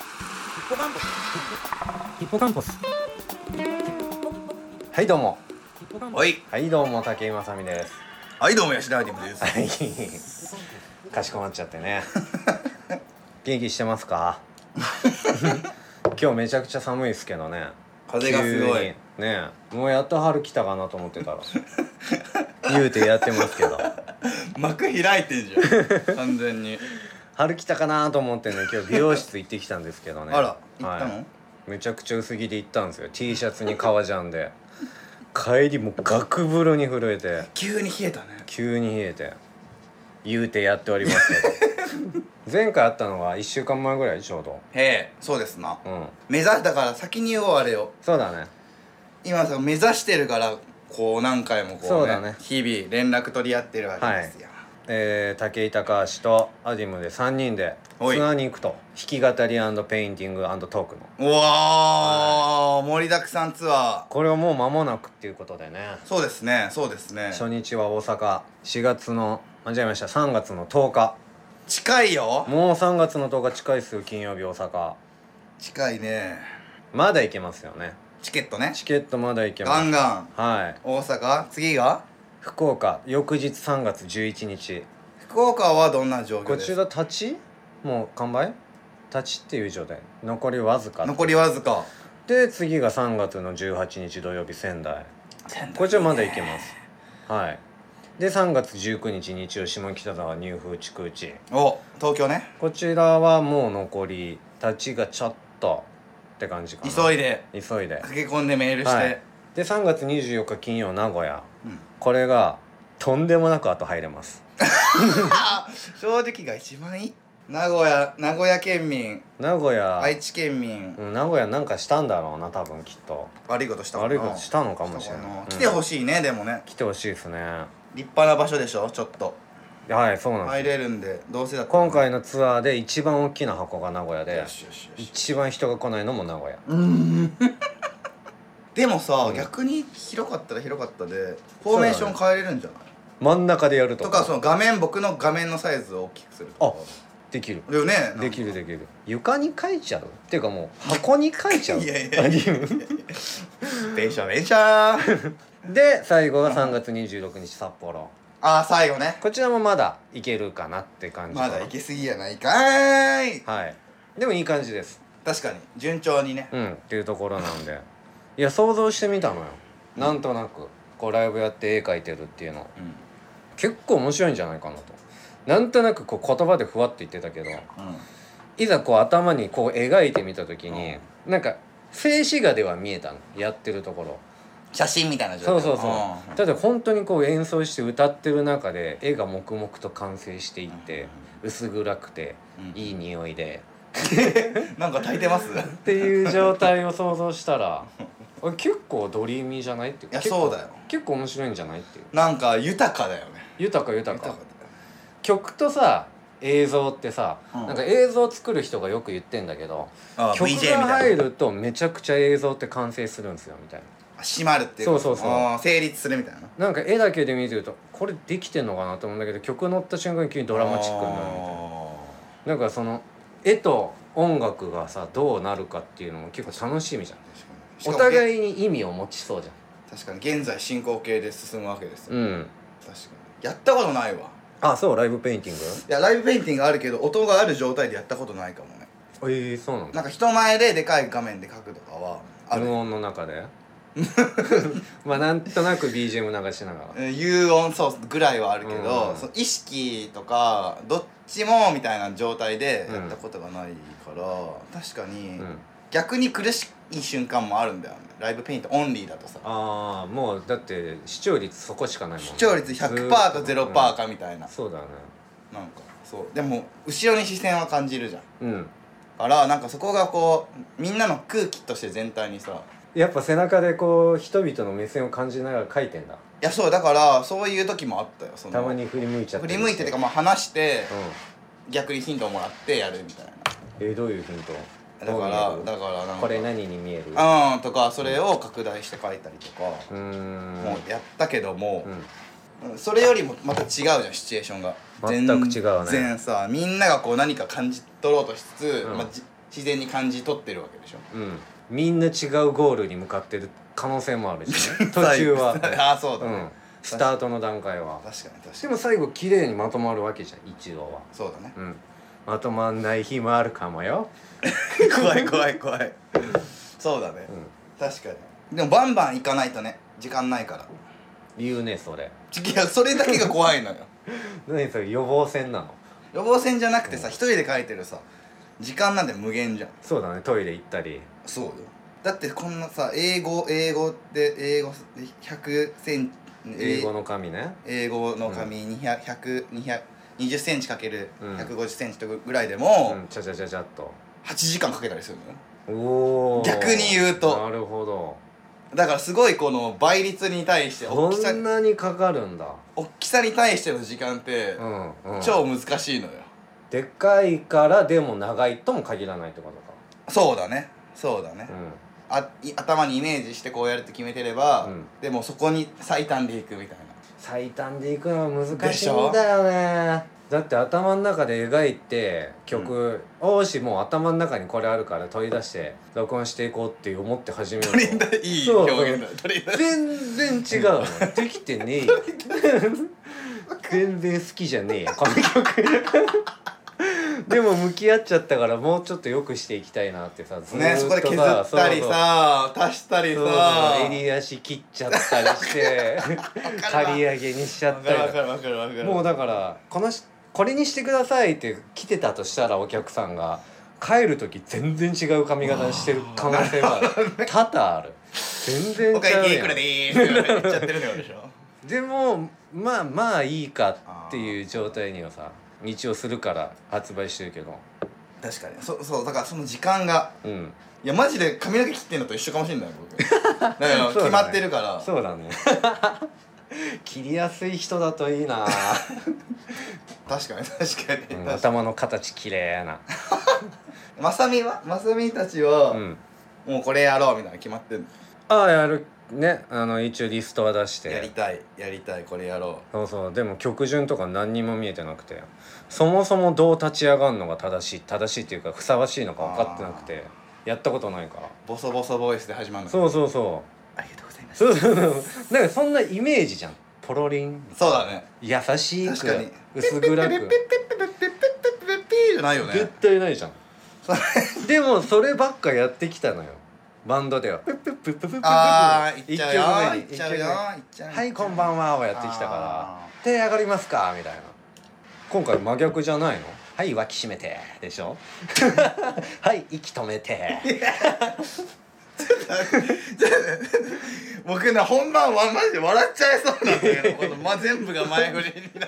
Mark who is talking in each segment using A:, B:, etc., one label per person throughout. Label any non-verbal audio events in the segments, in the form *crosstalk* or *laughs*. A: ッポカンポス
B: ヒッポカンポス。
C: はいどうも
B: ヒッポカンポス。
A: はい
C: はいどうも竹井まさみです *laughs*
A: はいどうも吉田アイテムです
C: はいかしこまっちゃって
B: *laughs*
C: ね元気してますか今日めちゃくちゃ寒いですけどね
A: 風がすご
C: 急
A: い
C: にねもうやっと春来たかなと思ってたら言うてやってますけど
A: 幕開いてんじゃん完全に
C: 春来たかなと思ってね今日美容室行ってきたんですけどね
A: あら行った
C: はい
A: の、
C: めちゃくちゃ薄着で行ったんですよ T シャツに革ジャンで帰りもうガクブルに震えて
A: 急に冷えたね
C: 急に冷えて言うてやっておりますけ
A: *laughs*
C: ど前回あったのは1週間前ぐらいちょうど
A: へえそうですな
C: うん
A: 目指したから先に言おうあれよ
C: そうだね
A: 今さ目指してるからこう何回もこう、ね、
C: そうだね
A: 日々連絡取り合ってるわけですよ、
C: えー、武井高橋とアディムで3人で
A: おい
C: ツアーに行くと弾き語りペインティングトークの
A: うわー、盛りだくさんツア
C: これはもう間もなくっていうことでね
A: ーそうですねそうですね
C: 初日は大阪4月の間違えました3月の10日
A: 近いよ
C: もう3月の10日近いっすよ金曜日大阪
A: 近いね
C: まだ行けますよね
A: チケットね
C: チケットまだ行けま
A: ガ
C: す
A: ンガン
C: はい
A: 大阪次が
C: 福岡翌日3月11日
A: 福岡はどんな状況
C: こ
A: で
C: ち
A: す
C: ら立ちもう完売立ちっていう状態残りわずか
A: 残りわずか
C: で次が3月の18日土曜日仙台こちらまだ行けますはいで3月19日日曜下北沢入風地区地
A: お東京ね
C: こちらはもう残り立ちがちょっとって感じかな
A: 急いで
C: い急いで
A: 駆け込んでメールして、
C: はいで3月24日金曜名古屋
A: うん
C: これがとんでもなく後入れます
A: 正直が一番いい名古屋名古屋県民
C: 名古屋
A: 愛知県民、
C: うん名古屋なんかしたんだろうな多分きっと
A: 悪いことしたかな
C: 悪いことしたのかもしれ
A: したか
C: ない、
A: 来てほ
C: しい、
A: しいねでもね
C: 来てほしいですねは
A: 立派な場所でしょちょっと
C: いそうなん
A: 入
C: です
A: れるんでどうせだったら
C: 今回のツアーで一番大きな箱が名古屋で
A: よしよしよし
C: 一番人が来ないのも名古屋
A: でもさ、逆に広かったら広かったでフォーメーション変えれるんじゃない、
C: 真ん中でやると
A: とかその画面僕の画面のサイズを大きくすると
C: あ
A: か
C: できる
A: だよねなんか
C: できるできる床に書いちゃうっていうかもう箱に書いちゃう
A: いやいやいや
C: *laughs* アニメ
A: 電車電車
C: で最後が3月26日札幌
A: *laughs* ああ最後ね
C: こちらもまだいけるかなって感じか
A: ま
C: な
A: だ行けすぎやないかーい
C: はいでもいい感じです
A: 確かに順調にね
C: うんっていうところなんでいや想像してみたのよなんとなくこうライブやって絵描いてるっていうの
A: うん
C: 結構面白いんじゃないかなとなんとなくこう言葉でふわっと言ってたけど
A: うん
C: いざこう頭にこう描いてみた時に、なんか静止画では見えたのやってるところ
A: 写真みたいな
C: そ
A: 状態
C: うそうそうただ本当にこう演奏して歌ってる中で絵が黙々と完成していって薄暗くて
A: うん
C: いい匂いで
A: うんなんか炊いてま
C: *laughs*
A: すい
C: っていう状態を想像したら *laughs* あ結構ドリーミーじゃないっていう
A: や
C: 結構
A: そうだよ
C: 結構面白いんじゃないっていう
A: なんか豊かだよね
C: 豊か豊か
A: 豊か
C: 曲とさ映像ってさ、
A: うん
C: なんか映像作る人がよく言ってんだけど
A: だよあ
C: 曲
A: VJ みたい
C: が
A: な
C: 入るとめちゃくちゃ映像って完成するんですよみたい
A: 閉まるっていうか
C: そうそうそう
A: あー成立するみたいな
C: ななんか絵だけで見てるとこれできてんのかなと思うんだけど曲乗った瞬間に急にドラマチックになるみたいななんかその絵と音楽がさどうなるかっていうのも結構楽しみじゃんお
A: い
C: 互いに意味を持ちそうじ
A: 確かに現在進行形で進むわけです
C: ゃ
A: よ
C: んうん
A: 確かにやったことないわ
C: あそうライブペインティング
A: いやライブペインティングあるけど音がある状態でやったことないかもね
C: ええそうなんだ
A: なんか人前ででかい画面で描くとかはある
C: 無音の中で *laughs* まあなんとなく BGM 流しながら
A: うん有音そうぐらいはあるけど、
C: うん
A: その意識とかどっちもみたいな状態でやったことがないから、確かに、
C: うん
A: 逆に苦しい瞬間もあるんだよねライブペイントオンリーだとさ
C: ああもうだって視聴率そこしかないもんね
A: 視聴率100%か0%
C: うん
A: かみたいな、
C: そうだね
A: なんかそうでも後ろに視線は感じるじゃん
C: うん
A: からなんかそこがこうみんなの空気として全体にさ
C: やっぱ背中でこう人々の目線を感じながら書いてんだ
A: いやそうだからそういう時もあったよその
C: たまに振り向いちゃって
A: 振り向いててかまあ話して
C: うん
A: 逆にヒントをもらってやるみたいな
C: えーどういうヒント
A: だからだ
C: ら
A: からなんか
C: これ何に見えるう
A: うんとかそれを拡大して書いたりとか、
C: ーん
A: もうやったけども、
C: うん
A: うんそれよりもまた違うじゃんシチュエーションが
C: 全く違うね
A: 全然さみんながこう何か感じ取ろうとしつつ、
C: うん
A: まあじ自然に感じ取ってるわけでしょ
C: うん、みんな違うゴールに向かってる可能性もある
A: *laughs*
C: し、ね、途中は、
A: ああそうだ
C: う
A: ね、
C: ん、スタートの段階は
A: 確かに確か
C: で
A: に
C: も最後綺麗にまとまるわけじゃん一応は、
A: そうだね
C: うん、まとまんない日もあるかもよ、
A: 怖い怖い怖いそうだね、
C: うん、
A: 確かにでもバンバン行かないとね時間ないから
C: 言うねそれ
A: いやそれだけが怖い
C: *laughs*
A: のよ
C: 何それ予防線なの
A: 予防線じゃなくてさ一人で書いてるさ時間なんて無限じゃん
C: そうだねトイレ行ったり
A: そうよだってこんなさ英語英語って英語で100センチ
C: 英語の紙ね
A: 英語の紙200 100 200 20センチかける
C: うん
A: 150センチとぐらいでも
C: うんちゃちゃちゃちゃっと
A: 8時間かけたりするのよ
C: おお
A: 逆に言うと
C: なるほど
A: だからすごいこの倍率に対して大き
C: そ
A: さ
C: んなにかかるんだ
A: 大きさに対しての時間って
C: うん、うん、
A: 超難しいのよ
C: でっかいからでも長いとも限らないってこと
A: そうだねそうだね
C: かうん
A: あい頭にイメージしてこうやるって決めてれば
C: うん
A: でもそこに最短でいくみたいな *laughs*
C: 最短でいくのは難
A: で
C: し
A: し
C: い
A: ょ
C: んだよねだって頭の中で描いて曲「おーしもう頭の中にこれあるから取り出して録音していこう」って思って始めると
A: 取り出いい表現だ取り出
C: 全然違うのできてねえよ全然好きじゃねえよこの曲でも向き合っちゃったからもうちょっと良くしていきたいなってさず
A: ねそこ
C: ーっ
A: で
C: と
A: 削
C: さ
A: ったり
C: そうそう
A: さ足したり
C: そう
A: さ
C: そう襟足切っちゃったりして刈り上げにしちゃ
A: わ
C: っ
A: かる
C: た
A: わ
C: り
A: かるわかるわかる
C: もうだからこのしこれにしてくださいって来てたとしたらお客さんが帰る時全然違う髪型してる可能性は多々ある全然
A: お会計い
C: 違う
A: くら
C: や
A: で
C: ん
A: ーすって言っちゃってるのよでしょ
C: でもまあまあいいかっていう状態にはさ一応するから発売してるけど
A: 確かにそそうだからその時間が
C: うん
A: いやマジで髪の毛切ってんのと一緒かもしれない *laughs* 僕だから
C: そうだね
A: 決まってるから
C: そうだ
A: *laughs*
C: ね切りやすい人だといい
A: *laughs*
C: な、
A: 確かに確かに
C: うん
A: 確か
C: 頭の形綺麗な
A: にまさみはまさみたちは、
C: うん
A: もうこれやろうみたいなの決まってる
C: ああやるねあの一応リストは出して
A: やりたいやりたいこれやろ
C: そうそうでも曲順とか何にも見えてなくてそもそもどう立ち上がるのが正しい正しいっていうかふさわしいのか分かってなくてやったことないから
A: うボソボソボイスで始まるの
C: そうそうそ
A: ありがとうございま
C: う
A: す
C: そうそうそうなんかそんなイメージじゃんポロリン
A: そうだね
C: 優し
A: 確かに
C: く薄暗
A: ピ
C: く
A: ッピッピッピッピッピッピッピッピッピーじゃないよ
C: 絶
A: ね
C: 対ないじゃんでもそればっかやってきたのよバンドではプップップップップップップッ
A: あーいっ
C: 一
A: ちゃ
C: 曲
A: う
C: 目
A: よ
C: に
A: いっちゃうよいっちゃうよ
C: はいこんばんは」をやってきたか
A: あ
C: ら「手上がりますか?」みたいな今回真逆じゃないの「はい脇締めて」でしょ *laughs* 「はい息止めて」
A: 僕ね本番はマジで笑っちゃいそうなんだけどこの、ま、全部が前振りにな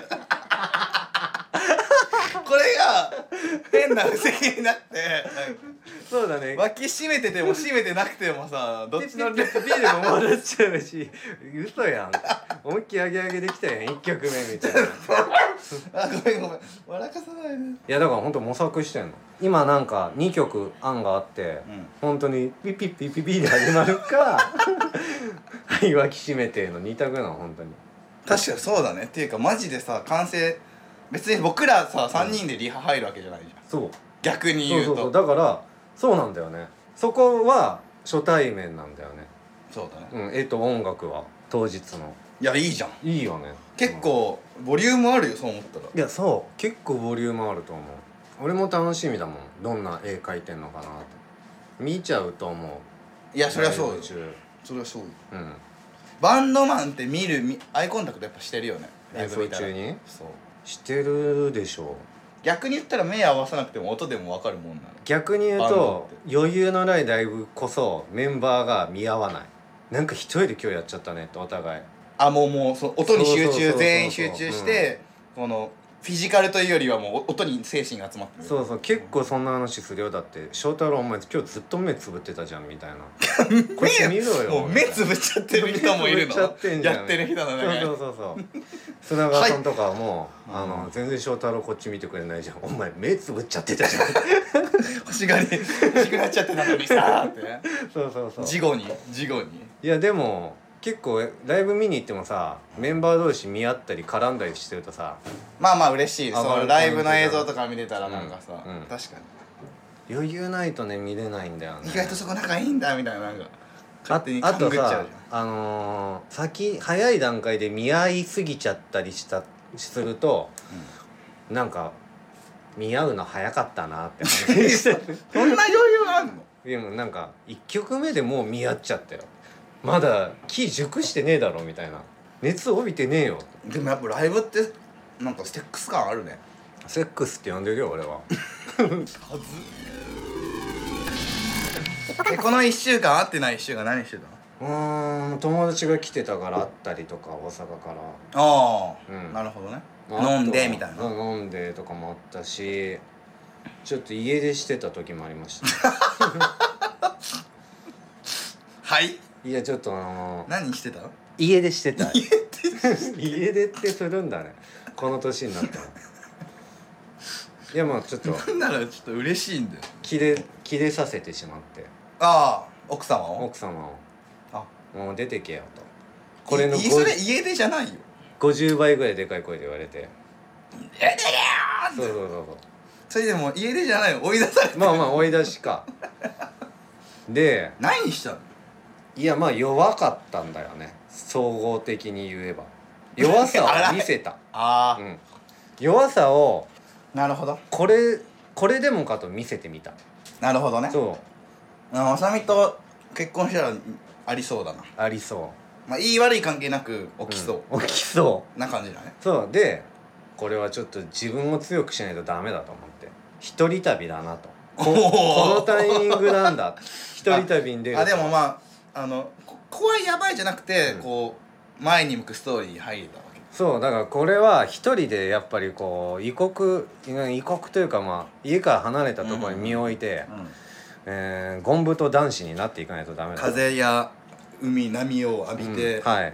A: これが変な布石になって
C: *laughs* そうだね
A: *laughs* 脇締めてても締めてなくてもさどっち *laughs* の
C: ビールも戻っちゃうし嘘やん思いっきり上げ上げできたやん1曲目みたい *laughs* な
A: あごめんごめん笑かさないで
C: いやだから本当模索してんの今なんか2曲案があって、
A: うん
C: 本当にピッピッピッピッピッで始まるか *laughs* 「はい脇締めて」の2択なの本当に
A: 確かにそうだねっていうかマジでさ完成別に僕らさ3人でリハ入るわけじゃないじゃん
C: そう
A: 逆に
C: そう
A: 言
C: そ
A: うと
C: うそうだからそうなんだよねそこは初対面なんだよね、
A: そうだね
C: うん、絵と音楽は当日の
A: いやいいじゃん
C: いいよね
A: 結構ボリュームあるよそう思ったら
C: いやそう結構ボリュームあると思う俺も楽しみだもんどんな絵描いてんのかなって見ちゃうと思
A: いう
C: い
A: やそりゃそうよ
C: 中
A: そりゃそうよ
C: うん
A: バンドマンって見るみアイコンタクトやっぱしてるよね
C: 演奏中に
A: そう
C: してるでしょ
A: 逆に言ったら目合わさなくても音でも分かるもんなの
C: 逆に言う
A: バンド
C: と余裕のないライブこそメンバーが見合わないなんか一人で今日やっちゃったねってお互い
A: あもうもうその音に集
C: そうそうそう
A: 中
C: そう
A: 全員集中して、このフィジカルというよりはもう音に精神が集まってる
C: そうそう結構そんな話するよだって翔太郎お前今日ずっと目つぶってたじゃんみ
A: *laughs*
C: たいなこっち見ろよ
A: もう目 *laughs* つぶっちゃってる人もいるの
C: 目つぶっちゃってんじゃん
A: やってる人なのね
C: そうそうそうそう砂川さんとかはもう、あの全然翔太郎こっち見てくれないじゃんお前目つぶっちゃってたじ
A: *laughs*
C: ゃん
A: 欲
C: *laughs*
A: しがり欲しくなっちゃってたのにさーってね
C: そうそうそう
A: 事後に事後に
C: いやでも結構ライブ見に行ってもさメンバー同士見合ったり絡んだりしてるとさ
A: まあまあ嬉しい
C: 上が
A: そ
C: る
A: のライブの映像とか見てたらなんかさ、
C: うんうん
A: 確かに
C: 余裕ないとね見れないんだよね
A: 意外とそこ仲いいんだみたいななんか
C: あ
A: 勝手に
C: あ
A: 勘ぐ
C: と
A: っちゃ
C: さ
A: うじゃん
C: あのー先早い段階で見合いすぎちゃったりしたすると、なんか見合うの早かったなって感じ *laughs*
A: そんな余裕あんの
C: でもなんか1曲目でもう見合っちゃったよまだ木熟してねえだろみたいな熱帯びてねえよ
A: でもやっぱライブってなんかステックス感あるね
C: セックスって呼んでるよ俺は
A: えこの1週間会ってない1週間何してたの
C: うーん友達が来てたから会ったりとか大阪から
A: ああ、
C: うん
A: なるほどね
C: あとは
A: 飲んでみたいな
C: うん飲んでとかもあったしちょっと家出してた時もありました
A: はい
C: いやちょっとあの
A: 何してたの
C: 家出してた家出ってするんだねこの年になったらいやまあちょっと
A: なんならちょっと嬉しいんだよ
C: 切れ切れさせてしまって
A: ああ奥様を
C: 奥様
A: あ
C: を「もう出てけよ」とこれの
A: いそれ
C: 50
A: 家出じゃないよ
C: 50倍ぐらいでかい声で言われて
A: 家出だよ
C: 「そうそうそうそう」
A: それでも家出じゃないよ追い出されて
C: まあまあ追い出しかで
A: 何したの
C: いやまあ弱かったんだよね総合的に言えば弱さを見せた、
A: *laughs* あ
C: うん、弱さを
A: なるほど
C: これこれでもかと見せてみた
A: なるほどね
C: そ
A: うんまさみと結婚したらありそうだな
C: うありそ
A: まあいい悪い関係なく起
C: う
A: きそ
C: うん、起きそう
A: な感じだね
C: うそうでこれはちょっと自分を強くしないとダメだと思って一人旅だなとこ
A: おー
C: このタイミングなんだ一人旅に出ると
A: あでもまああのこ怖いやばいじゃなくて、
C: うん
A: こう前に向くストーリーに入れたわけ
C: そうだからこれは一人でやっぱりこう異国異国というかまあ家から離れたところに身を置いて、えー、ゴンブと男子になっていかないとダメだ
A: 風や海波を浴びて、
C: うんはい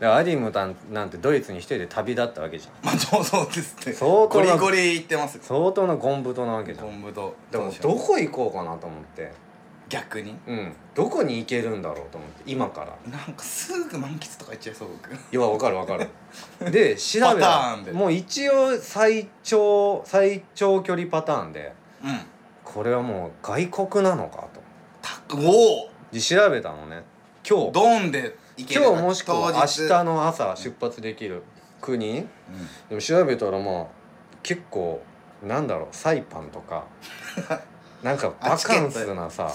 C: でアディムタンなんてドイツに一人で旅立ったわけじゃん
A: まあそうそうですって
C: 相当
A: ゴリ
C: な
A: ゴリ言ってます
C: 相当なゴンブとなわけじゃん
A: 昆布と
C: でもどこ行こうかなと思って
A: 逆に
C: うんどこに行けるんだろうと思って今から
A: なんかすぐ満喫とか言っちゃいそう僕
C: いやわかるわか
A: *laughs*
C: るで調べ
A: パタ
C: た
A: ーンで
C: もう一応最長最長距離パターンで
A: うん
C: これはもう外国なのかと
A: たお
C: で調べたのね今
A: お
C: 日
A: ドンで行ける
C: 今日もしくは
A: 当日
C: 明日の朝出発できる国、でも調べたらまあ結構なんだろうサイパンと
A: *laughs*
C: かなんかバカンスなさ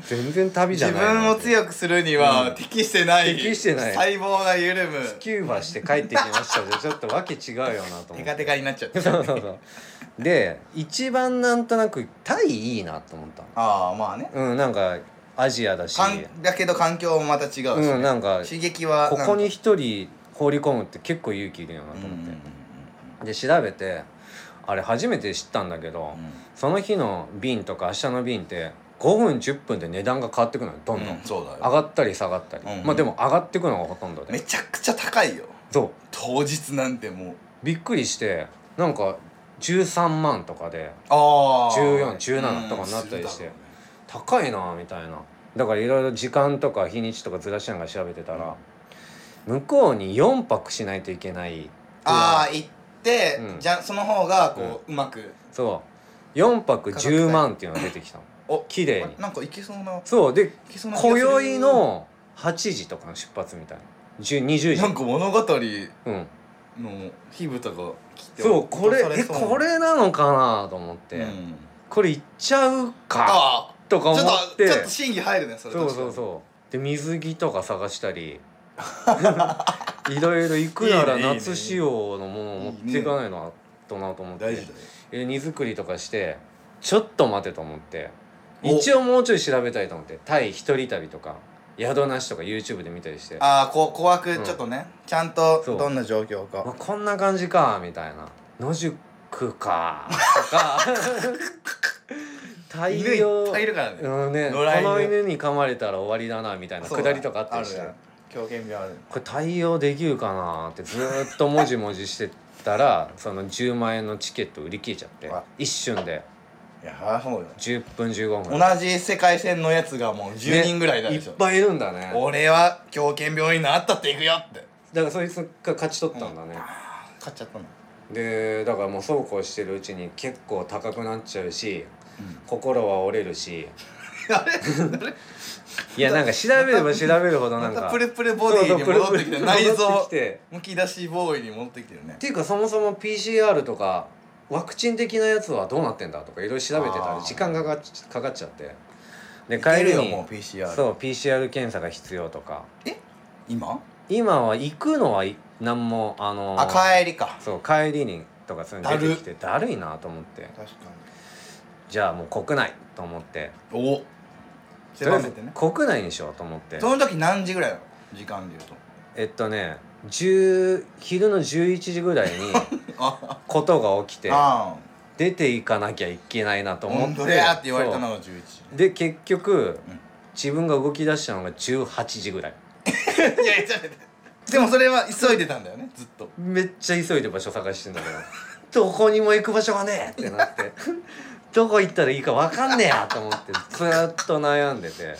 C: 全然旅じゃ
A: 自
C: ない
A: 分を
C: く
A: 強くするには、
C: うん
A: 適してない
C: 適してない
A: 細胞が緩む
C: キューバして帰ってきました
A: *laughs*
C: でちょっとわけ違うよなと思
A: テ
C: っ
A: カ
C: て
A: テカになっちゃって
C: そうそうそうで一番なんとなくタイいいなと思った
A: ああまあね
C: のうんなんかアジアだし
A: かんだけど環境もまた違うしね、
C: うんなんか
A: 刺激は
C: こ
A: なんか
C: こに一人放り込むって結構勇気いるよな
A: うん
C: と
A: うん
C: 思って、で調べてあれ初めて知ったんだけど、その日の便とか明日の便って5分10分で値段が変わってくのよど
A: うん
C: んどん、
A: うんそうだよ
C: 上がったり下がったり、
A: うんうん
C: まあでも上がってくのがほとんど
A: め
C: で
A: ちゃくちゃ高いよ
C: そう
A: 当日なんてもう
C: びっくりしてなんか13万とかで
A: あ
C: 14 17とかになったりして高いなみたいなだからいろいろ時間とか日にちとかずらしながら調べてたら、向こうに4泊しないといけない
A: ああ行って、
C: うん
A: じゃその方がこう、うまく
C: そう4泊10万っていうのが出てきたの
A: お
C: 綺麗に
A: あなんかいけそうな
C: そうで
A: いけそうな気がす
C: 今
A: る
C: 宵の8時とかの出発みたいな10 20時
A: なんか物語
C: うん、
A: の火蓋が来て
C: そうこれ
A: 落と
C: え
A: さそうな
C: これなのかなと思って、
A: うん
C: これいっちゃうか
A: あ
C: とか
A: あ
C: 思
A: ちょっ
C: っ
A: と
C: て
A: ちょっと審議入るねそれ
C: そうそうそうで水着とか探した
A: *laughs*
C: りいろいろ行くないら
A: いねいいね
C: 夏仕様のものを持っていかないのとなと思って
A: 大事だよ
C: え荷造りとかしてちょっと待てと思って
A: お
C: 一応もうちょい調べたいと思ってタイ一人旅とか宿なしとか YouTube で見たりして
A: ああこ怖くちょっとね、ちゃんと
C: そう
A: どんな状況か
C: まあ、こんな感じかみたいな野宿かと
A: *laughs*
C: か大
A: 犬い
C: 量
A: っぱいいるからね、
C: うんね、こ
A: 野良犬
C: の犬に噛まれたら終わりだなみたいな
A: そう
C: く
A: だ
C: だりとかあったりして
A: るね狂犬病あるね
C: これ対応できるかなってずーっともじもじしてたらその10万円のチケット売り切れちゃって
A: あ
C: 一瞬で
A: いやそうよ
C: 10分15分
A: 同じ世界線のやつがもう10人ぐらいだ
C: ねい
A: で
C: っ
A: しょ、
C: ぱいいるんだね
A: 俺は狂犬病になったっていくよって
C: だからそいつが勝ち取ったんだね、
A: 買っちゃったの
C: でだからもうそうこうしてるうちに結構高くなっちゃうし心は折れる
A: *laughs*
C: しいやなんか調べれば調べるほどなん
A: また
C: か
A: プレプレボ
C: そう
A: デ
C: そ
A: ィ
C: う
A: に
C: プレ
A: 戻っ
C: プレ
A: てきて内
C: 戻
A: 臓
C: ってきて
A: むき出しボーイに戻ってきてるね
C: っていうかそもそも PCR とかワクチン的なやつはどうなってんだとかいろいろ調べてた
A: あ
C: ら
A: ー
C: 時間がかかっちかかっちゃってで
A: いけ
C: 帰
A: る
C: り
A: よ
C: に
A: もう PCR
C: そう PCR 検査が必要とか
A: 今
C: 今は行くのはい何もあのー
A: あ帰りか
C: そう帰りにとかそういうの出てきてだるいなと思って
A: 確か
C: じゃあもう国内と思って
A: にお
C: とりあ
A: 狭
C: え
A: め
C: ず
A: てね
C: 国内にしようと思って
A: その時何時ぐらいなの時間でいうと
C: えっとね10昼の11時ぐら
A: *laughs*
C: いに
A: あ
C: ことが起きて
A: あ
C: 出ていかなきゃいけないなと思
A: 温
C: って
A: 度やって言われたの
C: そ
A: が11時
C: うで結局
A: うん
C: 自分が動き出したのが18時ぐらい
A: いやいやちょっと待ってでもそれは急いでたんだよねずっと
C: めっちゃ急いで場所探してんだけど
A: *laughs*
C: どこにも行く場所がねえってなってどこ行ったらいいか分かんねえやと思ってずーっと悩んでて、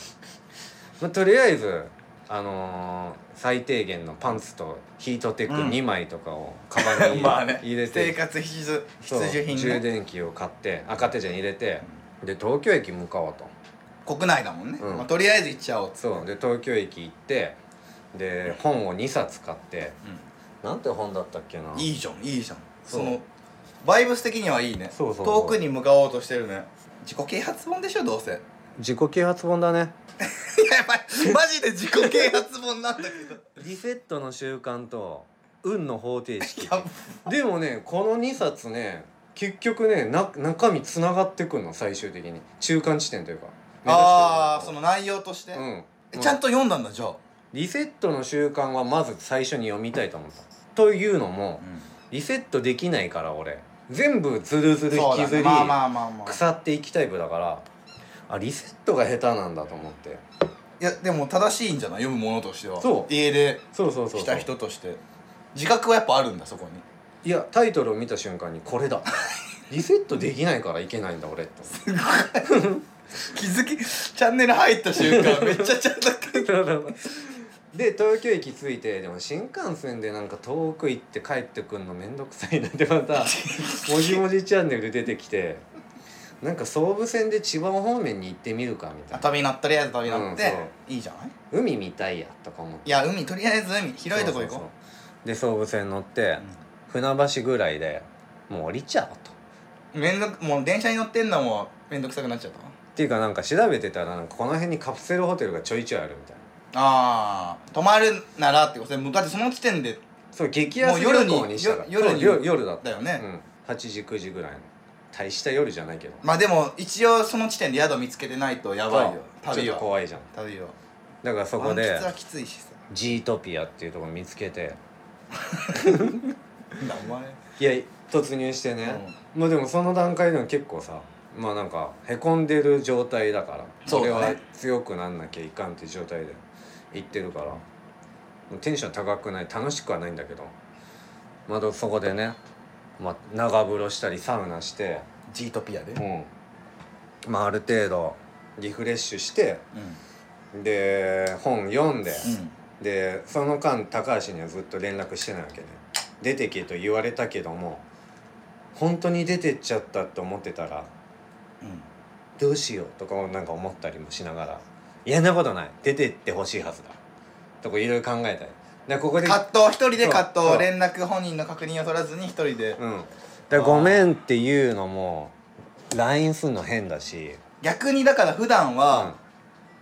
C: まあ、とりあえず、あのー最低限のパンツとヒートテック
A: うん
C: 2枚とかをカバンに
A: *laughs* まあね
C: 入れ
A: 生
C: て、
A: 活必需必
C: そう
A: 需品
C: 充
A: ね
C: 電器を買って赤手じゃん入れてで東京駅向かおうと
A: 国内だもんね
C: うん
A: まあとりあえず行っちゃおうっつって
C: そうで東京駅行ってで本を2冊買ってなんて本だったっけない
A: いじゃんいいじゃん
C: そ
A: そうのバイブス的にはいいね
C: そうそうそう
A: 遠くに向かおうとしてるね自己啓発本でしょどうせ *laughs* いや
C: 自己啓発本だね
A: ばいマジで自己啓発本なんだ
C: *laughs*
A: けど
C: リセットの習慣と運の方程式
A: やば
C: でもねこの2冊ね結局ねな中身つながってくんの最終的に中間地点というか
A: ああそ
C: 目
A: の内容として
C: 指してるのと
A: え
C: うん
A: ちゃんと読んだんだじゃあ
C: リセットの習慣はまず最初に読みたいと思ったというのもリセットできないから俺全部ズルズル
A: そう
C: 引
A: だ
C: きず
A: ね
C: り
A: まあまあまあまあ
C: 腐っていきタイプだからあリセットが下手なんだと思って
A: いやでも正しいんじゃない読むものとしては
C: そう
A: 家で
C: そうそうそう
A: 来
C: そう
A: た人として自覚はやっぱあるんだそこに
C: いやタイトルを見た瞬間にこれ
A: *laughs*
C: だリセットできないからいけないんだ俺って
A: 気づきチャンネル入った瞬間
C: *laughs*
A: めっちゃちゃんと
C: で東京駅着いてでも新幹線でなんか遠く行って帰ってくんのめんどくさいなってま
A: *laughs*
C: た「もじもじチャンネル」出てきてなんか総武線で千葉方面に行ってみるかみた
A: あ
C: いな
A: 旅になとりあえず旅になっ
C: う
A: て
C: んそう
A: いいじゃない
C: 海見たいやとか思って
A: いや海とりあえず海広いとこ行こう
C: そうそうそうで総武線乗って船橋ぐらいでもう降りちゃおうと。
A: めんどくもう電車に乗ってんのもめんどくさくなっちゃった
C: っていうかなんか調べてたらなんかこの辺にカプセルホテルがちょいちょいあるみたいな
A: ああ泊まるならってことでもうだってその時点で
C: そう激安旅
A: もう
C: 行
A: 夜に
C: にしたから
A: よ夜に
C: そうよ夜だった
A: だよね、
C: うん、8時9時ぐらいの大した夜じゃないけど
A: まあでも一応その時点で宿見つけてないとやばいよ
C: そうち
A: 旅
C: ょっと
A: は
C: 怖いじゃん
A: 旅は
C: だからそこ
A: 満
C: で
A: 喫はきついしさ
C: ジートピアっていうところ見つけて
A: なんだお前
C: いや突入してね、まあでもその段階でも結構さまあなんかへこんでる状態だから
A: そうだね
C: 俺は強くなんなきゃいかんっていう状態で行ってるからもうテンション高くない楽しくはないんだけどまあそこでね、まあ、長風呂したりサウナして
A: ジートピアで
C: うん、まあある程度リフレッシュして
A: う
C: で本読んで、
A: んうん
C: でその間高橋にはずっと連絡してないわけで、出てけと言われたけども本当に出てっちゃったと思ってたら
A: うん
C: どうしようとかなんか思ったりもしながら「いやんなことない出てってほしいはずだ」とかいろいろ考えたりでここで
A: 葛藤一人で葛
C: そうそ
A: 藤
C: う
A: 連絡本人の確認を取らずに一人で
C: うん、だからごめんっていうのも LINE すんの変だし、
A: 逆にだから普段
C: うん
A: は、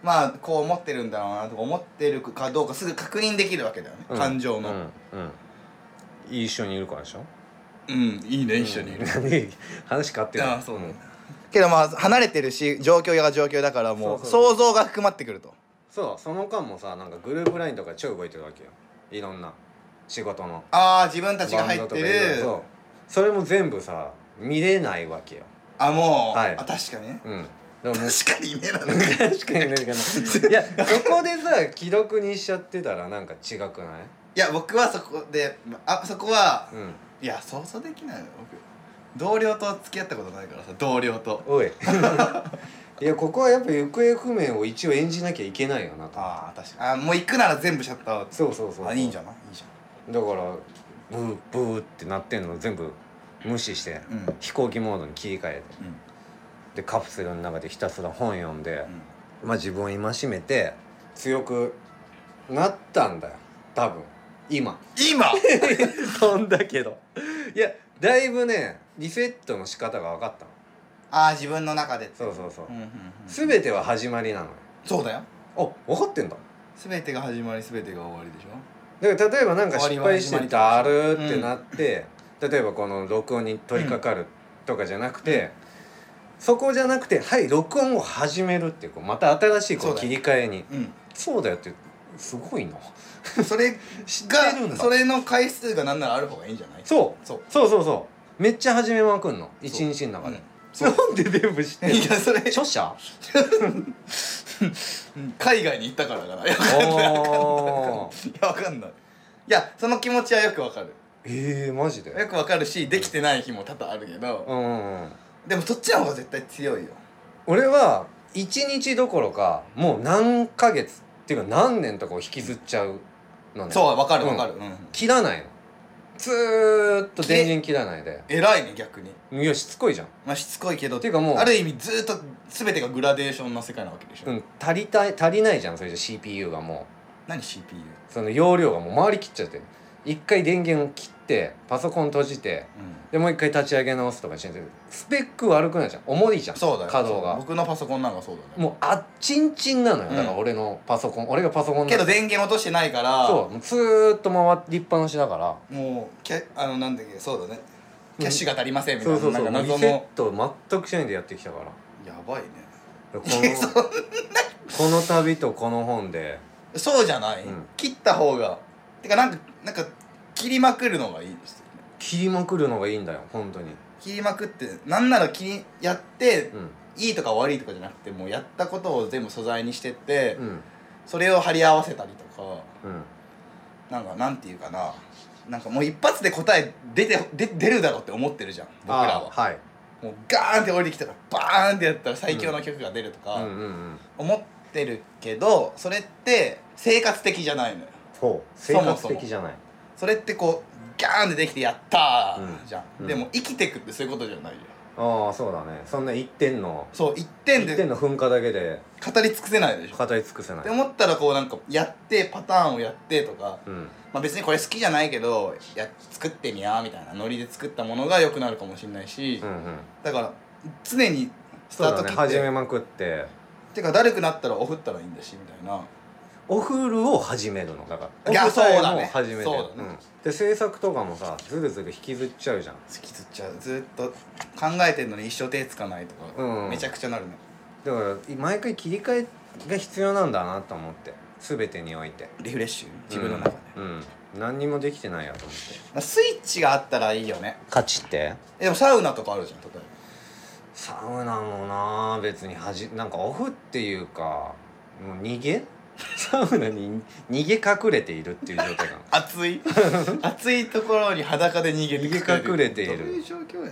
A: まあこう思ってるんだろうなとか思ってるかどうかすぐ確認できるわけだよね、
C: うん
A: 感情の
C: うんうん一緒にいるからでしょ
A: うん、いいね一緒にい
C: *laughs*
A: る、
C: る話変わってる
A: ああそうだね、けどまあ離れてるし状況が状況だからもう想像が含まってくると
C: そうその間もさなんかグループラインとかちょい動いてるわけよいろんな仕事の
A: ああ自分たちが入
C: バ
A: っ
C: ンドと
A: て
C: か
A: る
C: いろいろそうそれも全部さ見れないわけよ
A: あもう、
C: はい
A: あ確かにね
C: うんだからもう
A: 確かにねなの
C: *laughs* 確かにねいやそこでさ既読にしちゃってたらなんか違くない
A: いや僕はそこであそこは、
C: うん
A: いや想像できないよ僕同僚と付き合ったことないからさ同僚と
C: おい *laughs* いやここはやっぱ行方不明を一応演じなきゃいけないよなと
A: ああ確かにあもう行くなら全部シャッターを
C: そうそうそうそう
A: あいいんじゃないいいじ
C: だからブーブーってなってんの全部無視して、
A: ゃんうん
C: 飛行機モードに切り替えて
A: うん
C: でカプセルの中でひたすら本読んで、まあ、自分を戒めて強くなったんだよ多分
A: *laughs*
C: 今
A: 今
C: そんだけどいやだいぶねリセットの仕方が分かったの
A: ああ自分の中でって
C: そうそうそう、
A: うんうんうん
C: 全ては始まりなのよ
A: そうだよ
C: あ分かってんだ
A: 全てが始まり全てが終わりでし
C: だ
A: ょ
C: から例えばなんか失
A: 終わりは
C: 敗
A: 始
C: し
A: ま
C: て
A: り
C: だるーってなって、例えばこの録音に取り掛かるとかじゃなくて、そこじゃなくてはい録音を始めるっていうこうまた新しいこ
A: そう
C: う
A: だ
C: 切
A: よ
C: り替えに
A: う
C: そうだよってすごいなん
A: それ
C: 知ってるん
A: が
C: だ
A: それの回数がなんならある方がいいんじゃない
C: そう
A: そう
C: そうそうそうめっちゃ始めまくんの一日の中で、なんで全部知ってんの
A: いやそれ
C: 著者
A: 海外に行ったからかないや
C: おー
A: わかんないいやその気持ちはよくわかる
C: *laughs* えー、マジ
A: よ
C: で
A: くわかるしできてない日も多々あるけど、
C: うんうんうん
A: でもそっちの方が絶対強いよ
C: 俺は一日どころかもう何ヶ月っていうか何年とかを引きずっちゃうのね
A: そうわかるわかる、うん
C: 切らないのずーっと電源切らないで
A: 偉いね逆に、
C: いやしつこいじゃん
A: まあ、しつこいけど
C: っていうかもう
A: ある意味ずっと全てがグラデーションな世界なわけでしょ、
C: うん足りたい足りないじゃんそれじゃ CPU がも
A: 何 CPU
C: うその容量がもう回りきっちゃってる一回電源を切ってパソコン閉じて
A: うん
C: でもう一回立ち上げ直すとかしてるスペック悪くなるじゃん重いじゃん
A: そうだよ
C: 稼働が
A: 僕のパソコンなんかそうだね
C: もうあっちんちんなのよ
A: うん
C: だから俺のパソコン、俺がパソコン
A: けど
C: で
A: 電源落としてないから
C: そうもうずーっと回りっぱなしだから
A: もうキャあのなんだっけそうだねキャッシュが足りませんみたい
C: そ
A: な,、
C: うそうそう
A: なんか
C: リ
A: 謎
C: セッ
A: の
C: ト全くしないでやってきたから
A: やばいね
C: こ
A: *laughs*
C: のこの旅とこの本で
A: そうじゃない、
C: うん
A: 切った方がてかなんかなんか切りまくるのがいいですよね
C: 切りまくるのがいいんだよ本当に
A: 切りまくってなんなら切りやって、
C: うん
A: いいとか悪いとかじゃなくてもうやったことを全部素材にしてって、
C: うん
A: それを貼り合わせたりとか
C: うん
A: なんかなんていうかななんかもう一発で答え出て出出るだろうって思ってるじゃん僕らは
C: あーはい
A: もうガーンって降りてきたらバーンってやったら最強の曲が出ると
C: う
A: か、
C: んうんうん
A: 思ってるけどそれって生活的じゃないのよ
C: そう生
A: そも
C: 活的じゃない
A: それってこうガーンってできてやったーじゃん、
C: うん
A: でも生きてくってそういうことじゃないよ
C: ああそうだねそんな一点の
A: そう一点
C: 一
A: で
C: 点の噴火だけで
A: 語り尽くせないでしょ
C: 語り尽くせな
A: って
C: い
A: 思ったらこうなんかやってパターンをやってとか、
C: うん
A: まあ、別にこれ好きじゃないけどや作ってみやーみたいなノリで作ったものが良くなるかもしれないし、
C: うんうん
A: だから常にスタ
C: そう
A: ート
C: だね
A: 切って、
C: 始めまくって
A: てかだるくなったらおふったらいいんだしみたいな
C: おフルを始めるのだから
A: いや
C: お風呂
A: そうだね
C: も始めて
A: そうだね
C: んで制作とかもさずるずる引きずっちゃうじゃん
A: 突きずっちゃうずーっと考えてんのに一生手つかないとか、
C: うん
A: めちゃくちゃなるね
C: だから毎回切り替えが必要なんだなと思って全てにおいて
A: リフレッシュ自分の中で、
C: うん、うん何にもできてないやと思って
A: スイッチがあったらいいよね
C: 価値って
A: えでもサウナとかあるじゃん例えば
C: サウナもな別にはじなんかオフっていうかもう逃げ *laughs* サウナに逃げ隠れているっていう状態
A: *laughs*
C: なの *laughs*
A: 暑い暑いところに裸で逃げて
C: 逃げ隠れている
A: どういう状況や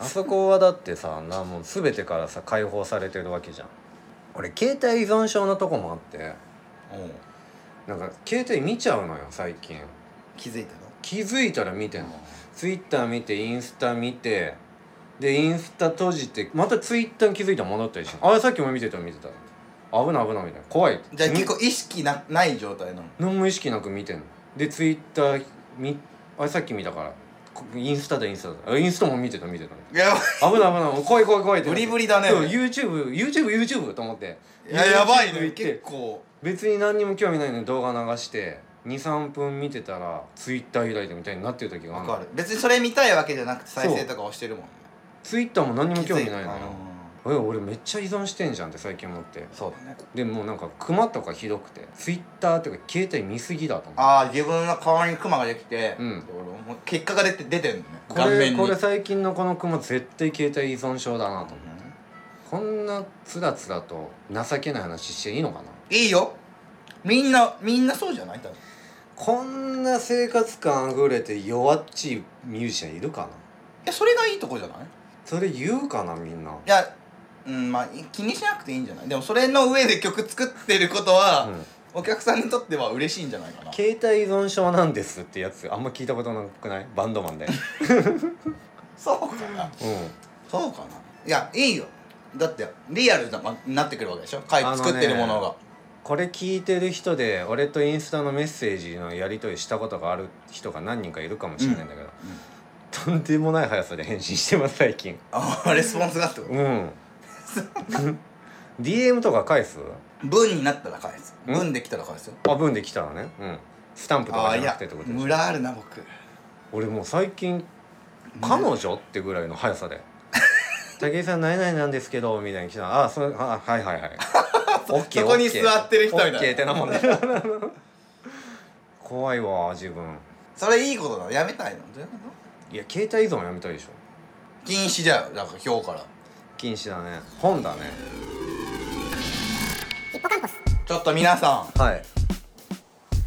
C: あそこはだってさなもう全てからさ解放されてるわけじゃん俺携帯依存症のとこもあって
A: おう
C: なんか携帯見ちゃうのよ最近
A: 気づいたの
C: 気づいたら見てんのツイッター見てインスタ見てでインスタ閉じてまたツイッターに気づいたら戻ったりしてあれさっきも見てた見てた危ない危ないみたいな怖い
A: じゃあ結構意識なない状態なの
C: 何も意識なく見てんのでツイッターみあれさっき見たからこインスタだインスタだあインスタも見てた見てた
A: いや
C: 危ない危ないもう怖い怖い怖いってなって
A: ブリブリだね
C: そう YouTubeYouTubeYouTube と思って
A: いややばい
C: YouTube
A: ね
C: 行って
A: 結構
C: 別に何にも興味ないのに動画流して23分見てたらツイッター開いてみたいになってる時があ
A: わ
C: るの
A: かる別にそれ見たいわけじゃなくて再生とか押してるもんね
C: ツイッターも何にも興味
A: 気づ
C: ないのよ
A: た
C: え俺めっちゃ依存してんじゃんって最近思って
A: そうだね
C: でもうなんかクマとかひどくてツイッターとか携帯見すぎだと思う
A: ああ自分の顔にクマができて、
C: うん
A: で俺もう結果が出て出てんのね
C: こ
A: 顔面
C: れ
A: に
C: これ最近のこのクマ絶対携帯依存症だなと思うこんなつらつらと情けない話していいのかない
A: いよみんなみんなそうじゃない多分
C: こんな生活感あふれて弱っちいミュージシャンいるかない
A: やそれがいいとこじゃない
C: それ言うかなみんない
A: やうんまあい気にしなくていいんじゃないでもそれの上で曲作ってることは、
C: うん
A: お客さんにとっては嬉しいんじゃないかな
C: 携帯依存症なんですってやつあんま聞いたことなくないバ
A: *laughs*
C: ンドマンで
A: そうかな
C: うん
A: そうかないやいいよだってリアルな、ま、なってくるわけでしょ書い
C: あのね
A: 作ってるものが
C: これ聞いてる人で俺とインスタのメッセージのやり取りしたことがある人が何人かいるかもしれないんだけど、とんでもない速さで返信してます最近
A: あ *laughs* レスポンスがってこ
C: うん DM とか返す
A: と文になったら返す
C: うん
A: 文できたら返すよ
C: あ文で来たらね、うん、スタンプと
A: あ
C: か
A: あ
C: じ
A: い
C: ゃな
A: や
C: くてってことでしょ
A: 村あるな僕
C: 俺もう最近彼女ってぐらいの速さ
A: *laughs*
C: で「武井さん何々なんですけど」みたいに来たら「あそれあはいはいはい」オッケー
A: *laughs* そこに座ってる人みたいな
C: オッケーってなもんね怖いわ自分
A: それいいことだなやめたいのどういうこ
C: いや携帯依存やめたいでしょ
A: と禁止じゃんなんか今日から
C: 禁止だね本だね
A: ちょっと皆さん
C: はい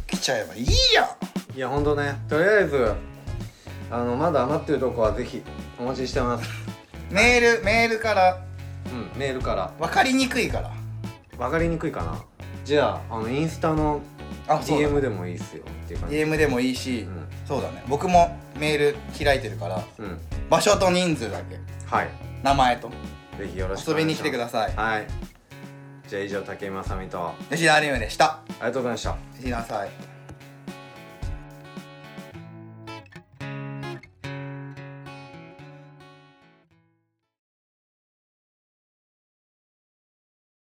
A: 来ちゃえばいいや
C: いやほんとねとりあえずあのまだ余ってるとこはぜひお待ちしてます
A: メールメールから
C: うんメールから
A: 分かりにくいから
C: 分かりにくいかなじゃああのインスタの
A: あそうだ
C: DM でもいいっすよっていう感じ
A: DM でもいいし、
C: うん
A: そうだね僕もメール開いてるから
C: うん
A: 場所と人数だけ
C: はい
A: 名前と
C: ぜひよろしく
A: 遊びに来てくだ
C: さ
A: さい
C: はいじゃあ以上竹井まさみとあ
A: 吉田アリウムでした
C: りがとうございました
A: 吉田さい